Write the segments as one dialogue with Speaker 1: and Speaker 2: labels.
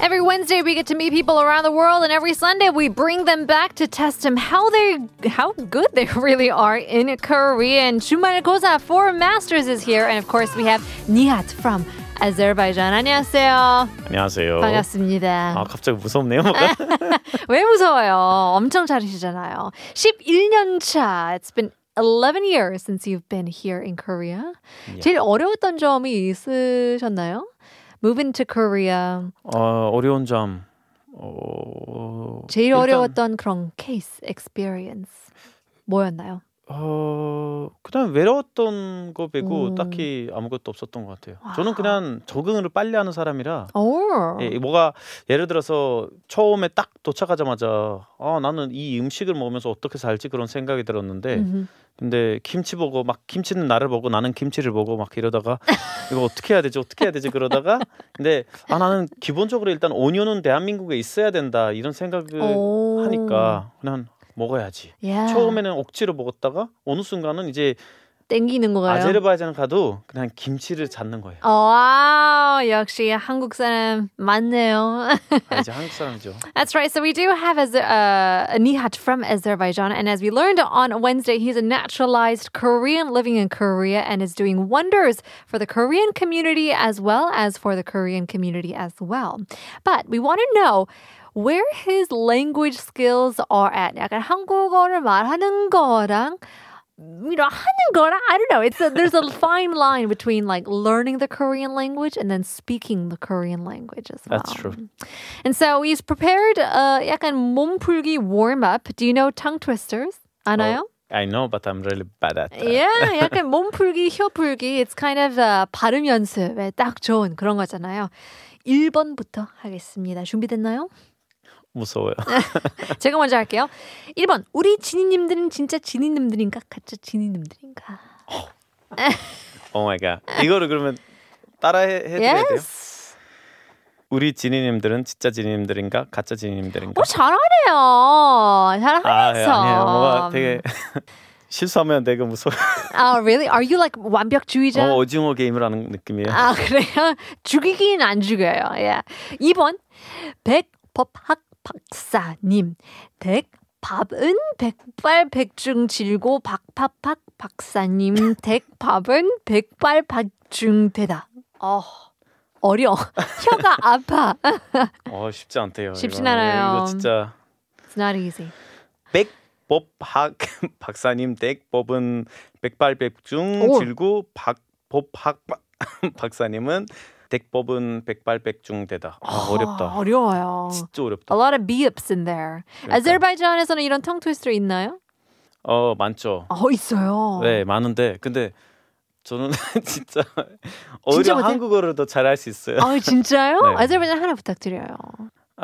Speaker 1: Every Wednesday we get to meet people around the world, and every Sunday we bring them back to test them how they how good they really are in Korean. 주말고사 for Masters is here, and of course we have Nihat from Azerbaijan. 안녕하세요.
Speaker 2: 안녕하세요.
Speaker 1: 반갑습니다.
Speaker 2: 아 갑자기 무섭네요. 뭐가.
Speaker 1: 왜 무서워요? 엄청 잘하시잖아요. 11년 차. It's been 11 years since you've been here in Korea. 제일 어려웠던 점이 있으셨나요? Move into Korea.
Speaker 2: 어, 어려운 점. 어,
Speaker 1: 제일
Speaker 2: 일단,
Speaker 1: 어려웠던 그런 케이스 experience 뭐였나요?
Speaker 2: 어 그냥 외로웠던 거 빼고
Speaker 1: 음.
Speaker 2: 딱히 아무것도 없었던 것 같아요.
Speaker 1: 와. 어.
Speaker 2: 저는 그냥 적응을 빨리 하는 사람이라.
Speaker 1: 오.
Speaker 2: 예, 뭐가 예를 들어서 처음에 딱 도착하자마자 아 나는 이 음식을 먹으면서 어떻게 살지 그런 생각이 들었는데
Speaker 1: 음흠.
Speaker 2: 근데 김치 보고 막 김치는 나를 보고 나는 김치를 보고 막 이러다가 이거 어떻게 해야 되지 어떻게 해야 되지 그러다가 근데 아 나는 기본적으로 일단 5년은 대한민국에 있어야 된다 이런 생각을
Speaker 1: 오.
Speaker 2: 그 하니까 그냥 먹어야지
Speaker 1: Yeah.
Speaker 2: 처음에는 억지로 먹었다가 어느 순간은 이제
Speaker 1: 땡기는 거가요? 어,
Speaker 2: 아제르바이잔 가도 그냥 김치를 찾는 거예요
Speaker 1: 와우 역시 한국 사람 맞네요.
Speaker 2: 아, 이제 한국 사람이죠
Speaker 1: That's right. So we do have Az- uh, Nihat from Azerbaijan, and as we learned on Wednesday, he's a naturalized Korean living in Korea and is doing wonders for the Korean community as well as for the Korean community as well. But we want to know. Where his language skills are at. 약간 한국어를 말하는 거랑 you know, 하는 거랑 I don't know. It's a, there's a fine line between like learning the Korean language and then speaking the Korean language as well.
Speaker 2: That's true.
Speaker 1: And so he's prepared uh, 약간 몸풀기 warm up. Do you know tongue twisters? 아나요? 예.
Speaker 2: I know but I'm really bad at that
Speaker 1: Yeah, 약간 몸풀기, 혀풀기. It's kind of uh, 발음 연습에 딱 좋은 그런 거잖아요. 1번부터 하겠습니다. 준비됐나요?
Speaker 2: 무서워요
Speaker 1: 아. 제가 먼저 할게요. 1번. 우리 지니님들은 진짜 지니님들인가? 가짜 지니님들인가?
Speaker 2: Oh my god 이거를 그러면 따라 해, 해드려야 돼요?
Speaker 1: Yes.
Speaker 2: 우리 지니님들은 진짜 지니님들인가 가짜 지니님들인가?
Speaker 1: 어, 잘하네요.
Speaker 2: 아, 예,
Speaker 1: 잘하면서.
Speaker 2: 아니에요. 뭐가 되게 실수하면 되게 무서워.
Speaker 1: Oh, really? Are you like 완벽주의자?
Speaker 2: 어, 오징어 게임이라는 느낌이에요.
Speaker 1: 아 그래요? 죽이긴 안 죽여요. 예. 2번 백법학 박사님 댁밥은 백발백중질고 박파팍 박사님 댁밥은 백발백중되다. 어 어려. 혀가 아파.
Speaker 2: 어, 쉽지 않대요.
Speaker 1: 쉽진
Speaker 2: 이거. 예,
Speaker 1: 않아요.
Speaker 2: 이거 진짜
Speaker 1: It's not easy.
Speaker 2: 백법학 박사님 댁법은 백발백중
Speaker 1: 오.
Speaker 2: 질구 박법학 박- 박사님은 댁법은 백발백중되다. 아,
Speaker 1: 아,
Speaker 2: 어렵다.
Speaker 1: 어려워요.
Speaker 2: 진짜
Speaker 1: A
Speaker 2: 어렵다.
Speaker 1: lot of beeps in there.
Speaker 2: 그러니까요.
Speaker 1: 아제르바이잔에서는 이런 텅 트위스터 있나요?
Speaker 2: 어, 많죠.
Speaker 1: 어 있어요.
Speaker 2: 네, 많은데 근데 저는 진짜
Speaker 1: 진짜
Speaker 2: 오히려
Speaker 1: 못해?
Speaker 2: 한국어를 더 잘할 수 있어요.
Speaker 1: 아 진짜요?
Speaker 2: 네.
Speaker 1: 아제르바이잔 하나 부탁드려요.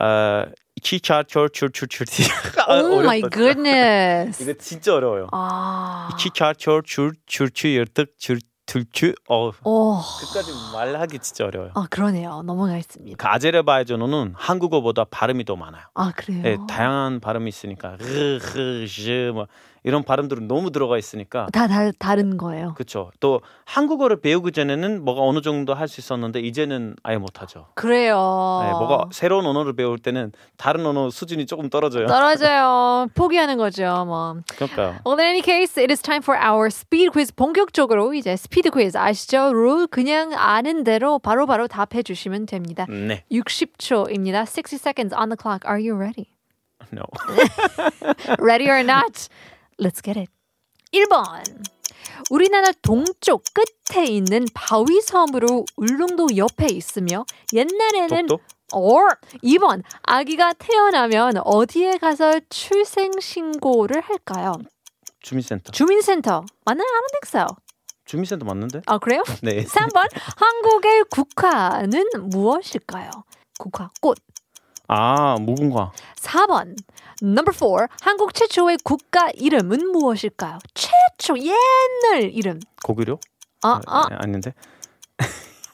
Speaker 2: 아, 키차 철출출출티.
Speaker 1: oh my goodness.
Speaker 2: 아, 이거 진짜 어려워요.
Speaker 1: 아.
Speaker 2: 키차 철출출출 열득 줄출추. 어,
Speaker 1: 오.
Speaker 2: 끝까지 말하기 진짜 어려워요.
Speaker 1: 아 그러네요. 넘어가겠습니다.
Speaker 2: 그 아제르바이잔어는 한국어보다 발음이 더 많아요.
Speaker 1: 아 그래요.
Speaker 2: 예, 다양한 발음이 있으니까 르, 흐, 즈, 뭐 이런 발음들은 너무 들어가 있으니까
Speaker 1: 다, 다 다른 거예요.
Speaker 2: 그렇죠. 또 한국어를 배우기 전에는 뭐가 어느 정도 할 수 있었는데 이제는 아예 못하죠.
Speaker 1: 그래요.
Speaker 2: 예, 뭐가 새로운 언어를 배울 때는 다른 언어 수준이 조금 떨어져요.
Speaker 1: 아. 떨어져요. 포기하는 거죠, 뭐.
Speaker 2: 그러니까
Speaker 1: Well, in any case, it is time for our speed quiz. 본격적으로 이제 스피드 quiz 아시죠? 룰 그냥 아는 대로 바로바로 답해 주시면 됩니다.
Speaker 2: 네,
Speaker 1: 60초입니다. 60 seconds on the clock. Are you ready?
Speaker 2: no.
Speaker 1: Ready or not? Let's get it. 1번. 우리나라 동쪽 끝에 있는 바위 섬으로 울릉도 옆에 있으며 옛날에는
Speaker 2: 독도?
Speaker 1: or 2번 아기가 태어나면 어디에 가서 출생 신고를 할까요?
Speaker 2: 주민센터.
Speaker 1: 주민센터. 맞나요? I don't think so.
Speaker 2: 주민센터 맞는데?
Speaker 1: 아, 그래요?
Speaker 2: 네.
Speaker 1: 3번 한국의 국화는 무엇일까요? 국화 꽃.
Speaker 2: 아, 무궁화.
Speaker 1: 4번 number 4 한국 최초의 국가 이름은 무엇일까요? 최초 옛날 이름
Speaker 2: 고구려?
Speaker 1: 아, 아
Speaker 2: 아, 아닌데.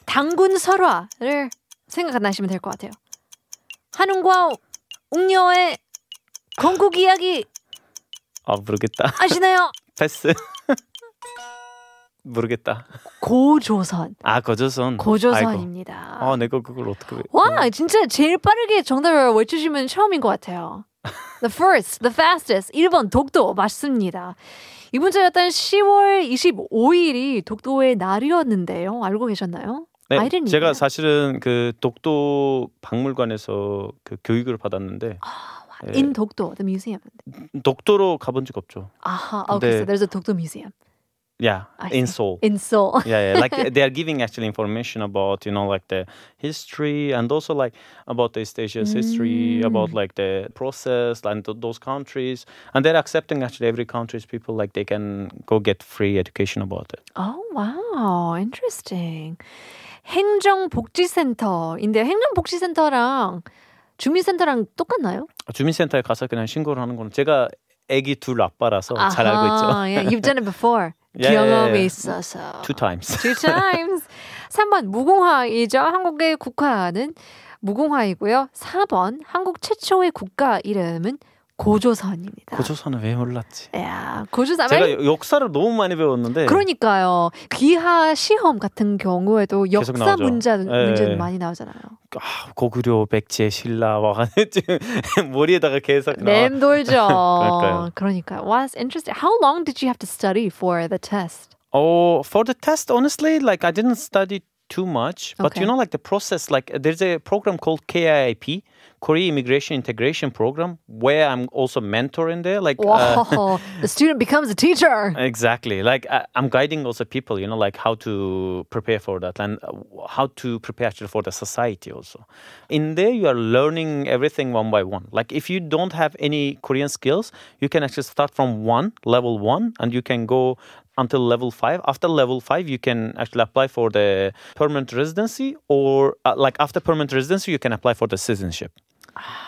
Speaker 1: 당군 설화를 생각하시면 될 것 같아요 한웅과 웅녀의 건국 이야기
Speaker 2: 아, 모르겠다.
Speaker 1: 아시나요?
Speaker 2: 패스. 모르겠다.
Speaker 1: 고조선.
Speaker 2: 아 거저선. 아이고.
Speaker 1: 고조선입니다.
Speaker 2: 아 내가 그걸 어떻게. 왜- 음.
Speaker 1: 와, 진짜 제일 빠르게 정답을 외치시면 처음인 것 같아요. The first, the fastest. 1번 독도 맞습니다. 이 문제였던 10월 25일이 독도의 날이었는데요. 알고 계셨나요?
Speaker 2: 네,
Speaker 1: 아이러니네요.
Speaker 2: 제가 사실은 그 독도 박물관에서 그 교육을 받았는데
Speaker 1: 아,
Speaker 2: 예,
Speaker 1: In 독도, the museum.
Speaker 2: 독도로 가본 적 없죠.
Speaker 1: 아하, okay,
Speaker 2: 네.
Speaker 1: so there's a 독도 museum
Speaker 2: Yeah,
Speaker 1: I
Speaker 2: in
Speaker 1: see.
Speaker 2: Seoul.
Speaker 1: in Seoul.
Speaker 2: yeah, yeah. like uh, they are giving actually information about you know like the history and also like about the East Asia's history,
Speaker 1: Mm.
Speaker 2: about like the process and th- those countries, and they're accepting actually every country's people like they can go get free education about it.
Speaker 1: Oh, wow. Interesting. 행정복지센터인데 행정복지센터랑 주민센터랑 똑같나요?
Speaker 2: 주민센터에 가서 그냥 신고를 하는 건 제가 아기 둘 아빠라서 어, 잘 알고 있죠.
Speaker 1: 아하, yeah, you've done it before.
Speaker 2: 예, 예,
Speaker 1: 경험이
Speaker 2: 예.
Speaker 1: 있어서.
Speaker 2: Two times.
Speaker 1: Two times. 3번 무공화이죠. 한국의 국화는 무공화이고요. 4번 한국 최초의 국가 이름은 고조선입니다.
Speaker 2: 고조선은 왜 몰랐지?
Speaker 1: 야, 고조선.
Speaker 2: 제가 예. 역- 역사를 너무 많이 배웠는데
Speaker 1: 아, 그러니까요. 귀하 시험 같은 경우에도
Speaker 2: 계속
Speaker 1: 역사
Speaker 2: 나오죠.
Speaker 1: 문제
Speaker 2: 예,
Speaker 1: 문제도
Speaker 2: 예.
Speaker 1: 많이 나오잖아요.
Speaker 2: 아, 고구려, 백제, 신라 와 지금 머리에다가 계속 나와.
Speaker 1: 램 돌죠.
Speaker 2: 그러니까요.
Speaker 1: 그러니까. Wow, that's interesting. How long did you have to study for the test?
Speaker 2: Oh, for the test, honestly, like I didn't study too much, but
Speaker 1: Okay.
Speaker 2: you know, like the process, like there's a program called KIIP, Korea Immigration Integration Program, where I'm also mentor in there. Like, uh,
Speaker 1: Wow, the student becomes a teacher.
Speaker 2: 아. exactly. Like I, I'm guiding also people, you know, like how to prepare for that and uh, how to prepare actually for the society also. In there, you are learning everything one by one. Like if you don't have any Korean skills, you can actually start from one level one, and you can go until level five. After level five, you can actually apply for the permanent residency, or uh, like after permanent residency, you can apply for the citizenship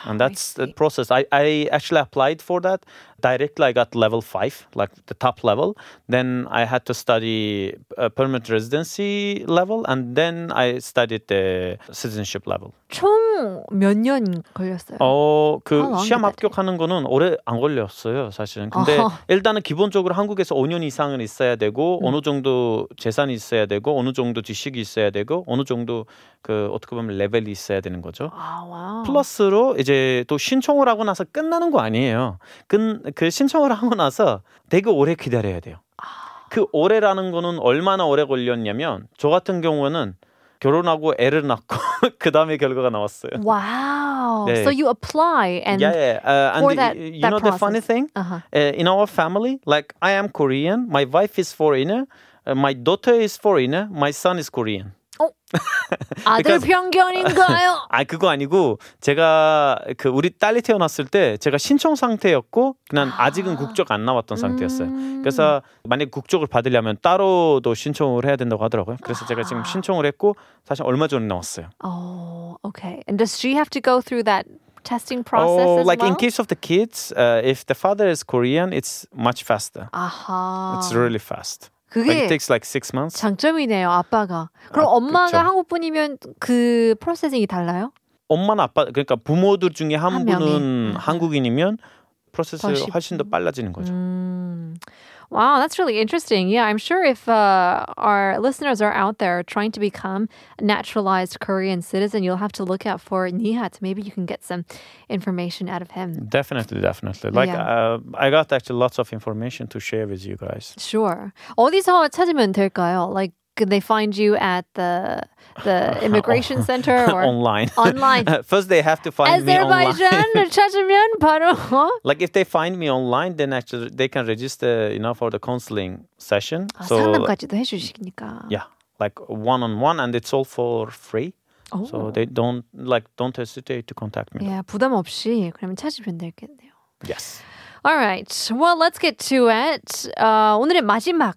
Speaker 2: and that's the process I, I actually applied for that directly i got level five like the top level then i had to study a permanent residency level and then i studied the citizenship level
Speaker 1: 총 몇 년 걸렸어요? 음. How
Speaker 2: 어그
Speaker 1: long
Speaker 2: 시험
Speaker 1: did that take?
Speaker 2: 합격하는 거는 오래 안 걸렸어요 사실은 근데
Speaker 1: 어허. 음.
Speaker 2: 일단은 기본적으로 한국에서 5년 이상은 있어야 되고 어느 정도 재산이 있어야 되고 어느 정도 지식이 있어야 되고 어느 정도 그 어떻게 보면 레벨이 있어야 되는 거죠
Speaker 1: 아, 와.
Speaker 2: 플러스로 이제 또 신청을 하고 나서 끝나는 거 아니에요. 근, 그 신청을 하고 나서 되게 오래 기다려야 돼요.
Speaker 1: 아.
Speaker 2: 그 오래라는 거는 얼마나 오래 걸렸냐면 저 같은 경우는 결혼하고 애를 낳고 그 다음에 결과가 나왔어요.
Speaker 1: Wow.
Speaker 2: 네.
Speaker 1: So you apply and
Speaker 2: yeah, yeah. Uh, and
Speaker 1: for
Speaker 2: the-
Speaker 1: that-
Speaker 2: you
Speaker 1: that
Speaker 2: know the funny
Speaker 1: process.
Speaker 2: thing?
Speaker 1: Uh-huh.
Speaker 2: uh, in our family like i am korean my wife is foreigner uh, my daughter is foreigner my son is korean
Speaker 1: 아들
Speaker 2: Because-
Speaker 1: 편견인가요?
Speaker 2: 아 그거 아니고 제가 그 우리 딸이 태어났을 때 제가 신청 상태였고 그냥 아직은 국적 안 나왔던 상태였어요.
Speaker 1: 음.
Speaker 2: 그래서 만약 에 국적을 받으려면 따로도 신청을 해야 된다고 하더라고요. 그래서 제가
Speaker 1: 아.
Speaker 2: 지금 신청을 했고 사실 얼마 전에 나왔어요.
Speaker 1: Oh, okay. And does she have to go through that testing process
Speaker 2: Oh,
Speaker 1: as
Speaker 2: like
Speaker 1: well?
Speaker 2: in case of the kids, uh, if the father is Korean, it's much faster.
Speaker 1: 아하.
Speaker 2: It's really fast. Like
Speaker 1: 그게
Speaker 2: it takes like six months.
Speaker 1: 장점이네요, 아빠가. 그럼
Speaker 2: 아,
Speaker 1: 엄마가
Speaker 2: 그쵸.
Speaker 1: 한국 분이면 그 프로세싱이 달라요?
Speaker 2: 엄마나 아빠 그러니까 부모들 중에 한,
Speaker 1: 한 명이.
Speaker 2: 분은
Speaker 1: 아.
Speaker 2: 한국인이면 프로세스
Speaker 1: 더 쉽-
Speaker 2: 훨씬 더 빨라지는 거죠.
Speaker 1: 음. Mm. Wow, that's really interesting. Yeah, I'm sure if uh, our listeners are out there trying to become a naturalized Korean citizen, you'll have to look out for Nihat. Maybe you can get some information out of him.
Speaker 2: Definitely, definitely. Like uh, I got actually lots of information to share with you guys.
Speaker 1: Sure. 어디서 찾으면 될까요? Like, could they find you at the the immigration center or
Speaker 2: Oh. online.
Speaker 1: online?
Speaker 2: First, they have to find me online.
Speaker 1: Azerbaijan 찾으면 바로
Speaker 2: Like if they find me online, then actually they can register, you know, for the counseling session.
Speaker 1: 아,
Speaker 2: like,
Speaker 1: 상담까지도 해주시니까.
Speaker 2: yeah, like one on one, and it's all for free.
Speaker 1: 오.
Speaker 2: So they don't like don't hesitate to contact me.
Speaker 1: 예, 부담 없이 그러면 찾으면 되겠네요.
Speaker 2: Yes.
Speaker 1: Alright, well let's get to it. 아, 오늘의 마지막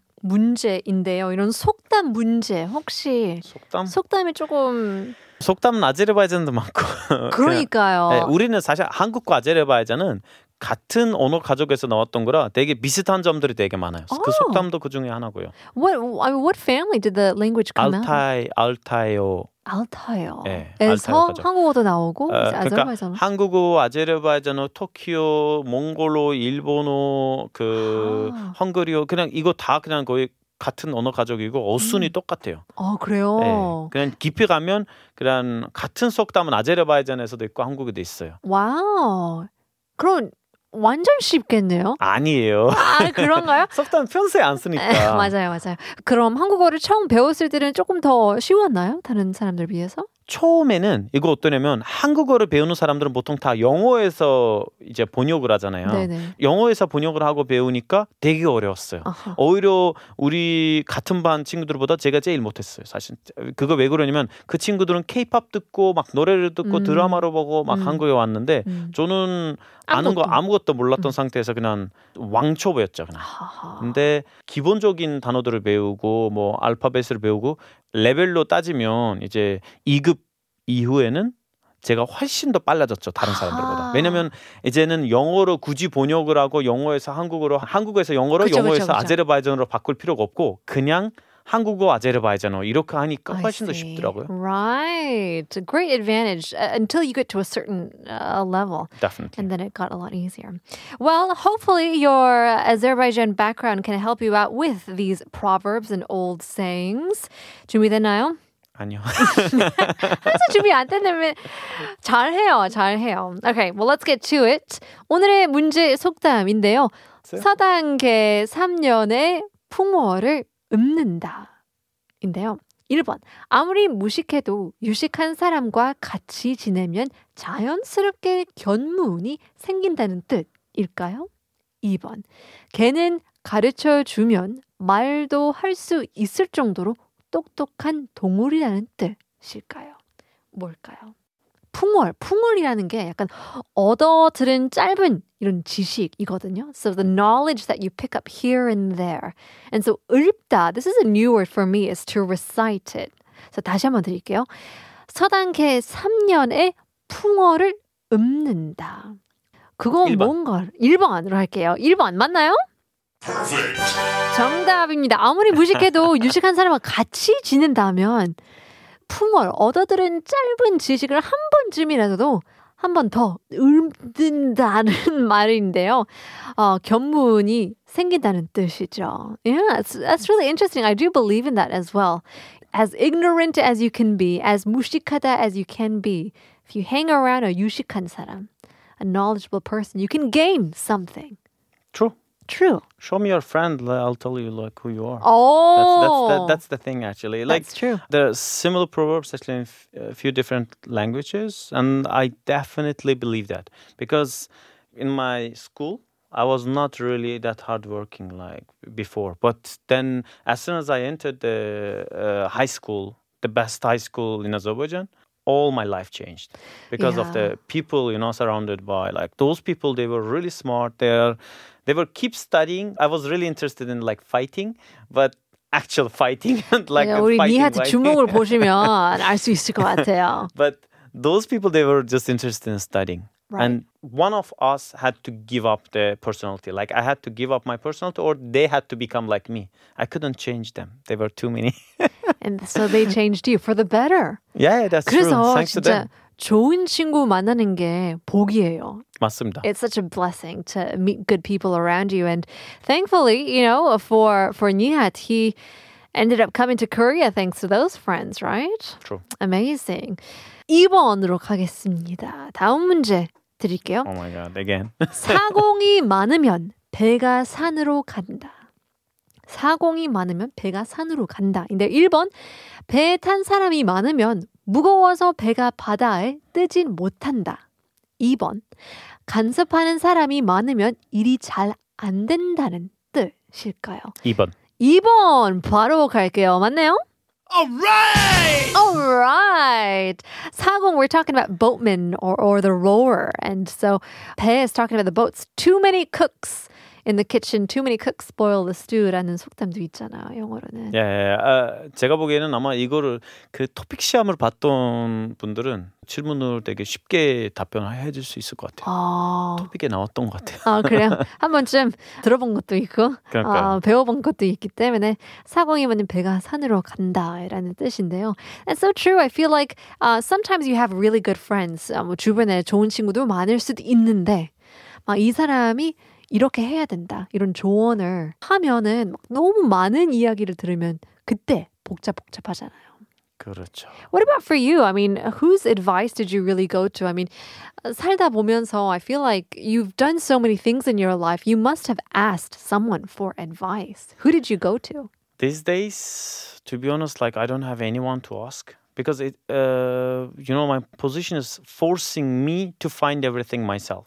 Speaker 1: 문제인데요. 이런 속담 문제 혹시
Speaker 2: 속담.
Speaker 1: 속담이 조금
Speaker 2: 속담은 아제르바이잔도 많고. 그냥-
Speaker 1: 그러니까요.
Speaker 2: 네, 우리는 사실 한국과 아제르바이잔은 같은 언어 가족에서 나왔던 거라 되게 비슷한 점들이 되게 많아요.
Speaker 1: 어.
Speaker 2: 그 속담도 그 중에 하나고요.
Speaker 1: What I mean, what family did the language come out?
Speaker 2: 알타이, 알타이오,
Speaker 1: 알타요.
Speaker 2: 예,
Speaker 1: 에서
Speaker 2: 알타요가죠.
Speaker 1: 한국어도 나오고
Speaker 2: 어,
Speaker 1: 이제 아제르바이잔어.
Speaker 2: 한국어, 아제르바이잔어, 터키어, 몽골어, 일본어, 그
Speaker 1: 아.
Speaker 2: 헝가리어 그냥 이거 다 그냥 거의 같은 언어 가족이고 어순이
Speaker 1: 음.
Speaker 2: 똑같아요.
Speaker 1: 어 그래요.
Speaker 2: 예. 그냥 깊이 가면 그냥 같은 속담은 아제르바이잔에서도 있고 한국에도 있어요.
Speaker 1: 와우. 그럼 완전 쉽겠네요.
Speaker 2: 아니에요.
Speaker 1: 아 그런가요?
Speaker 2: 속담 평소에 안 쓰니까.
Speaker 1: 맞아요, 맞아요. 그럼 한국어를 처음 배웠을 때는 조금 더 쉬웠나요? 다른 사람들 비해서?
Speaker 2: 처음에는 이거 어떠냐면 한국어를 배우는 사람들은 보통 다 영어에서 이제 번역을 하잖아요.
Speaker 1: 네네.
Speaker 2: 영어에서 번역을 하고 배우니까 되게 어려웠어요.
Speaker 1: 아하.
Speaker 2: 오히려 우리 같은 반 친구들보다 제가 제일 못했어요. 사실 그거 왜 그러냐면 그 친구들은 케이팝 듣고 막 노래를 듣고
Speaker 1: 음.
Speaker 2: 드라마로 보고 막
Speaker 1: 음.
Speaker 2: 한국에 왔는데
Speaker 1: 음.
Speaker 2: 저는 아는 거
Speaker 1: 아무것도.
Speaker 2: 아무것도
Speaker 1: 음.
Speaker 2: 몰랐던 상태에서 그냥 왕초보였죠. 그냥.
Speaker 1: 아하.
Speaker 2: 근데 기본적인 단어들을 배우고 뭐 알파벳을 배우고 레벨로 따지면 이제 2급 이후에는 제가 훨씬 더 빨라졌죠 다른 사람들보다
Speaker 1: 아.
Speaker 2: 왜냐면 이제는 영어로 굳이 번역을 하고 영어에서 한국어로 한국에서 영어로
Speaker 1: 그쵸, 그쵸,
Speaker 2: 영어에서
Speaker 1: 그쵸.
Speaker 2: 아제르바이잔으로 바꿀 필요가 없고 그냥 한국어 아제르바이잔어 이렇게 하니까
Speaker 1: I
Speaker 2: 훨씬 더
Speaker 1: see.
Speaker 2: 쉽더라고요
Speaker 1: Right. A Great advantage uh, until you get to a certain uh, level.
Speaker 2: definitely
Speaker 1: And then it got a lot easier. Well, hopefully, your Azerbaijan background can help you out with these proverbs and old sayings. 준비됐나요?
Speaker 2: 아니요
Speaker 1: 항상 준비 안 된다면 잘해요, 잘해요. Okay, well, let's get to it. 오늘의 문제 속담인데요.
Speaker 2: 글쎄요.
Speaker 1: 사단계 3년의 풍어를 읊는다. 인데요. 1번. 아무리 무식해도 유식한 사람과 같이 지내면 자연스럽게 견문이 생긴다는 뜻일까요? 2번. 걔는 가르쳐 주면 말도 할 수 있을 정도로 똑똑한 동물이라는 뜻일까요? 뭘까요? 풍월, 풍월이라는 게 약간 얻어들은 짧은 이런 지식이거든요. So the knowledge that you pick up here and there. And so 읊다, this is a new word for me, is to recite it. So 다시 한번 드릴게요. 서당계 3년의 풍어를 읊는다. 그건
Speaker 2: 일 번.
Speaker 1: 뭔가 1번으로 할게요. 1번 맞나요? 정답입니다. 아무리 무식해도 유식한 사람과 같이 지낸다면 풍월, 얻어들은 짧은 지식을 한 번쯤이라도 한 번 더 읊는다는 말인데요. 어, 견문이 생긴다는 뜻이죠. Yeah, that's, that's really interesting. I do believe in that as well. As ignorant as you can be, as 무식하다 as you can be, if you hang around a 유식한 사람, a knowledgeable person, you can gain something.
Speaker 2: true
Speaker 1: True.
Speaker 2: show me your friend I'll tell you like who you are
Speaker 1: 어. Oh,
Speaker 2: that's, that's, the, that's the thing actually like
Speaker 1: that's true.
Speaker 2: There are similar proverbs actually in f- a few different languages, and I definitely believe that because in my school I was not really that hardworking like before. But then, as soon as I entered the uh, high school, the best high school in Azerbaijan, all my life changed because of
Speaker 1: Yeah.
Speaker 2: the people you know surrounded by like those people they were really smart they're they were keep studying i was really interested in like fighting but actual fighting and like
Speaker 1: 네,
Speaker 2: the
Speaker 1: 우리
Speaker 2: fighting,
Speaker 1: 니하트
Speaker 2: fighting.
Speaker 1: 주목을 보시면 알 수 있을 것 같아요.
Speaker 2: but those people they were just interested in studying
Speaker 1: Right.
Speaker 2: and one of us had to give up their personality like i had to give up my personality or they had to become like me i couldn't change them they were too many
Speaker 1: And so they changed you for the better.
Speaker 2: yeah that's true
Speaker 1: 그래서
Speaker 2: thanks to
Speaker 1: 진짜
Speaker 2: them
Speaker 1: 좋은 친구 만나는 게 복이에요.
Speaker 2: 맞습니다.
Speaker 1: It's such a blessing to meet good people around you, and thankfully, you know, for for Nihat, he ended up coming to Korea thanks to those friends, right?
Speaker 2: true
Speaker 1: Amazing. 2번으로 가겠습니다. 다음 문제 드릴게요.
Speaker 2: oh my god again
Speaker 1: 사공이 많으면 배가 산으로 간다. 사공이 많으면 배가 산으로 간다. 근데 1번 배에 탄 사람이 많으면 무거워서 배가 바다에 뜨진 못한다. 2번 간섭하는 사람이 많으면 일이 잘 안 된다는 뜻일까요?
Speaker 2: 2번
Speaker 1: 2번 바로 갈게요. 맞나요? Alright. Sagong, we're talking about boatmen or, or the rower. And so Pe is talking about the boats. Too many cooks in the kitchen too many cooks spoil the stew라는 속담도 있잖아요. 영어로는.
Speaker 2: 예, 예. 아, 제가 보기에는 아마 이거를 그 토픽 시험을 봤던 분들은 질문을 되게 쉽게 답변을 해줄 수 있을 것 같아요.
Speaker 1: 아.
Speaker 2: 토픽에 나왔던 것 같아요.
Speaker 1: 아, 그래요? 한 번쯤 들어본 것도 있고,
Speaker 2: 그러니까요.
Speaker 1: 아, 배워본 것도 있기 때문에, 사공이모님 배가 산으로 간다, 라는 뜻인데요. That's so true. I feel like uh, sometimes you have really good friends. 아, 뭐 주변에 좋은 친구도 많을 수도 있는데, 막 이 사람이 이렇게 해야 된다, 이런 조언을 하면은 막 너무 많은 이야기를 들으면 그때 복잡복잡하잖아요.
Speaker 2: 그렇죠.
Speaker 1: What about for you? I mean, whose advice did you really go to? I mean, uh, 살다 보면서 I feel like you've done so many things in your life. You must have asked someone for advice. Who did you go to?
Speaker 2: These days, to be honest, like I don't have anyone to ask because it, uh, you know, my position is forcing me to find everything myself,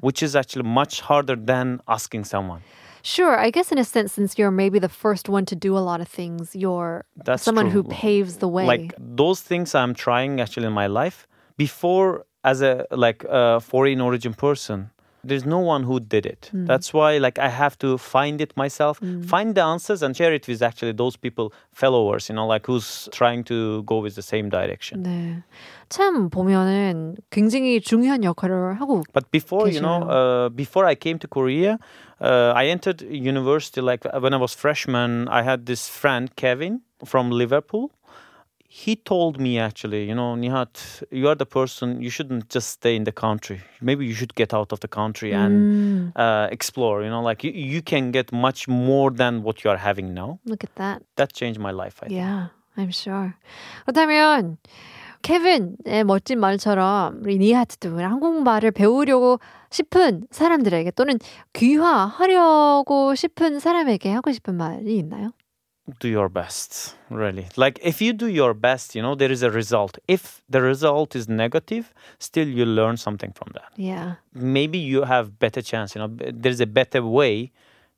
Speaker 2: which is actually much harder than asking someone.
Speaker 1: Sure, I guess in a sense, since you're maybe the first one to do a lot of things, you're
Speaker 2: That's
Speaker 1: someone who
Speaker 2: true.
Speaker 1: paves the way.
Speaker 2: Like those things I'm trying actually in my life before as a like a foreign origin person. There's no one who did it. That's why like I have to find it myself, find the answers and share it with actually those people, followers, you know, like who's trying to go with the same direction.
Speaker 1: 네. 참 보면은 굉장히 중요한 역할을 하고
Speaker 2: But before, you know, uh, before I came to Korea, uh, I entered university like uh, when I was freshman. I had this friend Kevin from Liverpool. He told me actually, you know, Nihat, you are the person. You shouldn't just stay in the country. Maybe you should get out of the country and uh, explore. You know, like you, you can get much more than what you are having now.
Speaker 1: look at that.
Speaker 2: That changed my life. I think.
Speaker 1: Yeah, I'm sure. 그렇다면 케빈의 멋진 말처럼 우리 니하트도 한국말을 배우려고 싶은 사람들에게 또는 귀화하려고 싶은 사람에게 하고 싶은 말이 있나요?
Speaker 2: do your best really like if you do your best you know there is a result if the result is negative still you learn something from that
Speaker 1: Yeah.
Speaker 2: maybe you have better chance you know b- there's a better way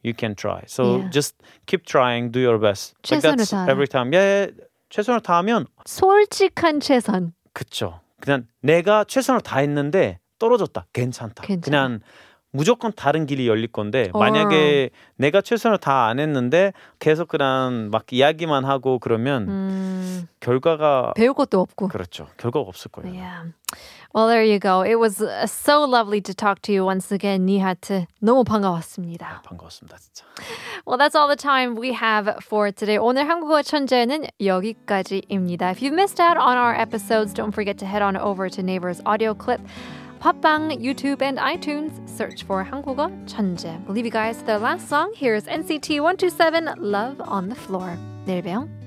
Speaker 2: you can try so
Speaker 1: Yeah.
Speaker 2: just keep trying do your best like
Speaker 1: 최선을
Speaker 2: that's
Speaker 1: 다하라.
Speaker 2: every time yeah yeah, 최선을 다하면
Speaker 1: 솔직한 최선.
Speaker 2: 그쵸 그냥 내가 최선을 다했는데 떨어졌다 괜찮다
Speaker 1: 괜찮아.
Speaker 2: 그냥 무조건 다른 길이 열릴 건데
Speaker 1: 어.
Speaker 2: 만약에 내가 최선을 다 안 했는데 계속 그냥 막 이야기만 하고 그러면
Speaker 1: 음,
Speaker 2: 결과가
Speaker 1: 배울 것도 없고.
Speaker 2: 그렇죠. 결과가 없을 거예요.
Speaker 1: Yeah. Well, there you go. It was uh, so lovely to talk to you once again, 니하트. 너무 반가웠습니다.
Speaker 2: 반가웠습니다, 진짜.
Speaker 1: Well, that's all the time we have for today. 오늘 한국어 천재는 여기까지입니다. If you missed out on our episodes, don't forget to head on over to Neighbor's audio clip, 팟빵, YouTube, and iTunes. Search for 한국어 천재. We'll leave you guys with our last song. Here's NCT 127, Love on the Floor. 내일 봬요.